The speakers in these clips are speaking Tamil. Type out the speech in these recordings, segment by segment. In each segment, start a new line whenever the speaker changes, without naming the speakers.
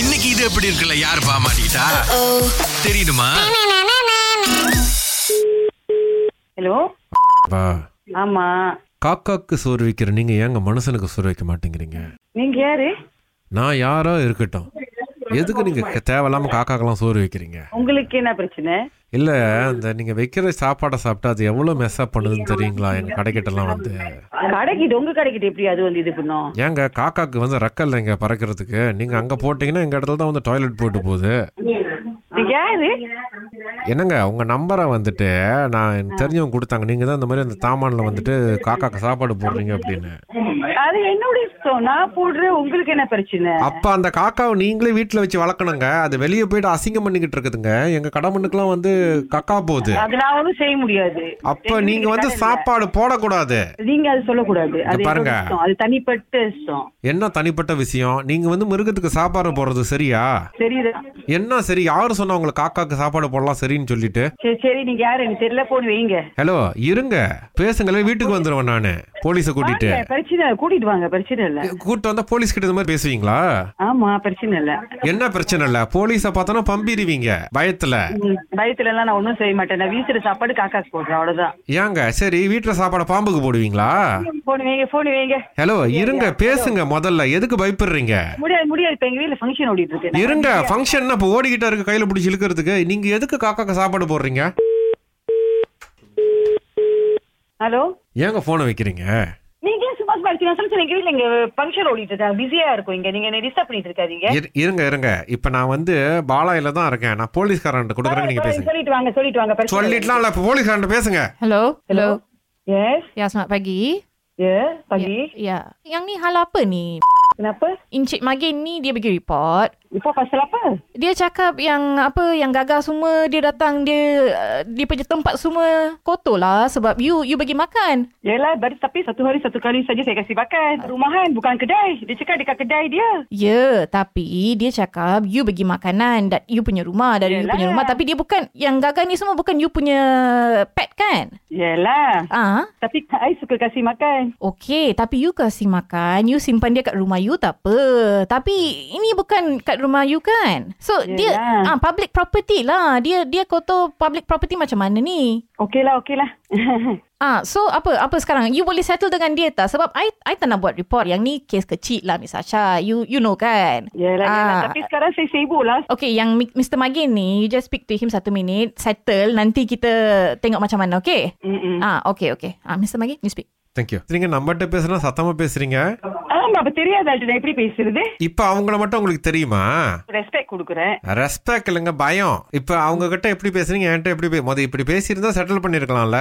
இன்னைக்கு இது எப்படி இருக்குல்ல யார் பாமாட்டா தெரியுமா
ஹலோ
வா
ஆமா
காக்காக்கு சோறு வைக்கிற நீங்க ஏங்க மனுஷனுக்கு சோறு வைக்க மாட்டேங்கிறீங்க
நீங்க யாரு
நான் யாரோ இருக்கட்டும் எதுக்கு நீங்க க- தேவையில்லாம காக்காக்கெல்லாம் சோறு வைக்கிறீங்க
உங்களுக்கு என்ன பிரச்சனை
இல்ல இந்த நீங்க வைக்கிற சாப்பாடை சாப்பிட்டா அது எவ்வளவு மெஸ்அப் பண்ணுதுன்னு தெரியுங்களா எங்க கடைக்கிட்ட எல்லாம் வந்து
கடைக்கிட்டு உங்க கடைக்கிட்டு எப்படி அது வந்து இது பண்ணும்
ஏங்க காக்காக்கு வந்து ரெக்க இல்லைங்க பறக்கிறதுக்கு நீங்க அங்க போட்டீங்கன்னா எங்க இடத்துல தான் வந்து டாய்லெட் போயிட்டு போகுது
நீங்க யாரு
என்னங்க உங்க நம்பரை வந்துட்டு நான் எனக்கு தெரிஞ்சவங்க கொடுத்தாங்க நீங்க தான் இந்த மாதிரி அந்த தாமான்ல வந்துட்டு காக்காக்கு சாப்பாடு போடுறீங்க அப்படின்னு
அது என்னுடைய இஷ்டம் நான் போடுறேன் உங்களுக்கு என்ன பிரச்சனை
அப்ப அந்த காக்காவை நீங்களே வீட்டுல வச்சு வளர்க்கணுங்க அது வெளியே போயிட்டு அசிங்கம் பண்ணிக்கிட்டு இருக்குதுங்க எங்க கடமண்ணுக்குலாம் வந்து கக்கா போகுது
அது நான் ஒண்ணும் செய்ய முடியாது
அப்ப நீங்க வந்து சாப்பாடு போடக்கூடாது
நீங்க அது சொல்லக்கூடாது அது
இங்க பாருங்க.
என்னோட இஷ்டம். அது தனிப்பட்ட இஷ்டம்
என்ன தனிப்பட்ட விஷயம் நீங்க வந்து மிருகத்துக்கு சாப்பாடு போடுறது சரியா
சரிதான்
என்ன சரி யாரு சொன்னா உங்களுக்கு காக்காக்கு சாப்பாடு போடலாம் சரின்னு சொல்லிட்டு
சரி சரி நீங்க யாரு எனக்கு தெரியல போன் வைங்க
ஹலோ இருங்க பேசுங்களேன் வீட்டுக்கு வந்துருவேன் நானு போலீஸ கூட்டிட்டு
வாங்க, பிரச்சனை இல்ல, கூட்டிட்டு வாங்க பிரச்சனை இல்ல
கூட்டு வந்தா போலீஸ் கிட்ட இந்த மாதிரி பேசுவீங்களா
ஆமா பிரச்சனை இல்ல
என்ன பிரச்சனை இல்ல போலீஸ பார்த்தோன்னா பம்பிடுவீங்க பயத்துல
ம், பயத்துல எல்லாம் நான் ஒண்ணும் செய்ய மாட்டேன் நான் வீசுற சாப்பாடு காக்காக்கு போடுறேன் அவ்வளவுதான்
ஏங்க சரி வீட்டுல சாப்பாடை பாம்புக்கு போடுவீங்களா
போன் வைங்க போன் வைங்க
ஹலோ இருங்க பேசுங்க முதல்ல எதுக்கு பயப்படுறீங்க
முடியாது முடியாது இப்ப எங்க வீட்டுல ஃபங்க்ஷன் ஓடிட்டு இருக்கு நான்
இருங்க ஃபங்க்ஷன் இப்ப ஓடிக்கிட்டே இருக்கு கையில பிடிச்சி இழுக்கிறதுக்கு நீங்க எதுக்கு காக்காக்கு சாப்பாடு போடுறீங்க
ஹலோ
ஏங்க போனை வைக்கிறீங்க
நீங்க ஏன் சும்மா சும்மா இருக்கீங்க சொல்லுங்க எங்க வீட்டுல இங்க ஃபங்க்ஷன் ஓடிட்டு இருக்கேன் பிஸியா இருக்கும் இங்க நீங்க என்ன டிஸ்டர்ப் பண்ணிட்டு இருக்காதீங்க
இரு- இருங்க இருங்க இப்ப நான் வந்து பாலாயில தான் இருக்கேன் நான் போலீஸ்காரன் கொடுக்குறேன் நீங்க பேசுங்க
சொல்லிட்டு வாங்க சொல்லிட்டு வாங்க பிரச்சனை இல்ல.
சொல்லிட்டுலாம் இல்ல இப்ப போலீஸ்காரன் பேசுங்க
Hello? Hello?
Yes,
Ya, selamat pagi.
yes, pagi.
Ya. Yang ni hal apa ni?
Kenapa?
Encik Magin ni dia bagi report.
Ibu pasal apa?
Dia cakap yang apa yang gagal semua dia datang dia uh, dia punya tempat semua kotor lah sebab you you bagi makan.
Yelah, baru tapi satu hari satu kali saja saya kasih makan. Rumahan, bukan kedai. Dia cakap dekat kedai dia.
Ya, yeah, tapi dia cakap you bagi makanan dat you punya rumah dari you
Yelah.
punya rumah tapi dia bukan yang gagal ni semua bukan you punya pet kan?
Yelah,
Ah.
tapi saya suka kasih makan.
Okey, tapi you kasih makan, you simpan dia kat rumah you tak apa. Tapi ini bukan kat rumah you kan? So dia
Yelah.
ah public property lah. Dia dia kotor public property macam mana ni?
Okeylah, okeylah.
Ah, so apa apa sekarang? You boleh settle dengan dia tak? Sebab I I tak nak buat report. Yang ni kes kecil lah Miss Asha. You you know kan?
yelah, yelah.
Ah.
Tapi sekarang saya sibuk lah.
Okay, yang Mi- Mr. Magin ni, you just speak to him satu minit, settle, nanti kita tengok macam mana, okay?
Mm-mm.
Ah, okay, okay. Ah, Mr. Magin, you speak.
Thank you நீங்க நம்மகிட்ட பேசுனா சத்தமா பேசுறீங்க
ஆமா அப்ப தெரியாத ஆள்கிட்ட நான் எப்படி பேசுறது
இப்ப அவங்கள மட்டும் உங்களுக்கு தெரியுமா
ரெஸ்பெக்ட் கொடுக்குறேன்
ரெஸ்பெக்ட் இல்லைங்க பயம் இப்ப அவங்க கிட்ட எப்படி பேசுறீங்க என்கிட்ட எப்படி பே- முத இப்படி பேசியிருந்தா செட்டில் பண்ணிருக்கலாம்ல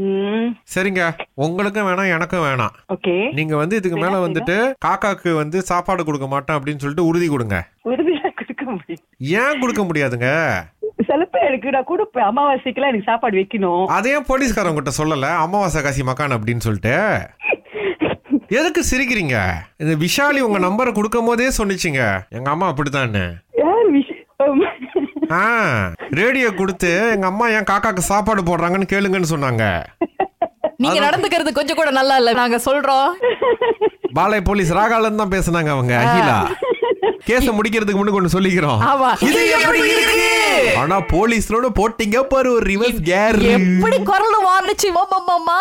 ம்
சரிங்க உங்களுக்கும் வேணாம் எனக்கும் வேணாம்
ஓகே
நீங்க வந்து இதுக்கு மேல வந்துட்டு காக்காக்கு வந்து சாப்பாடு கொடுக்க மாட்டேன் அப்படின்னு சொல்லிட்டு உறுதி கொடுங்க
உறுதியா கொடுக்க முடியும்
ஏன் கொடுக்க முடியாதுங்க
சில பேர் எனக்கு நான் கொடுப்பேன் அமாவாசைக்கெல்லாம் எனக்கு சாப்பாடு வைக்கணும்
அதையும் போலீஸ்காரங்க கிட்ட சொல்லல அமாவாசை காசி மக்கான் அப்படின்னு சொல்லிட்டு எதுக்கு சிரிக்கிறீங்க இந்த விஷாலி உங்க நம்பரை கொடுக்கும் போதே சொன்னிச்சுங்க எங்க அம்மா அப்படித்தானே
யார் விஷயம்
ஆ ரேடியோ கொடுத்து எங்க அம்மா ஏன் காக்காக்கு சாப்பாடு போடுறாங்கன்னு கேளுங்கன்னு சொன்னாங்க
நீங்க நடந்துக்கிறது கொஞ்சம் கூட நல்லா இல்ல நாங்க சொல்றோம்
பாலை போலீஸ் ராகாலன் தான் பேசுனாங்க அவங்க அகிலா கேஸ முடிக்கிறதுக்கு முன்னுக்கு ஒண்ணு சொல்லிக்கிறோம்
ஆமா
இது எப்படி இருக்கு ஆனா போலீஸ்லோட போட்டீங்க பாரு ஒரு ரிவர்ஸ் கேர்
எப்படி குரல் வாங்குச்சு மாமாமா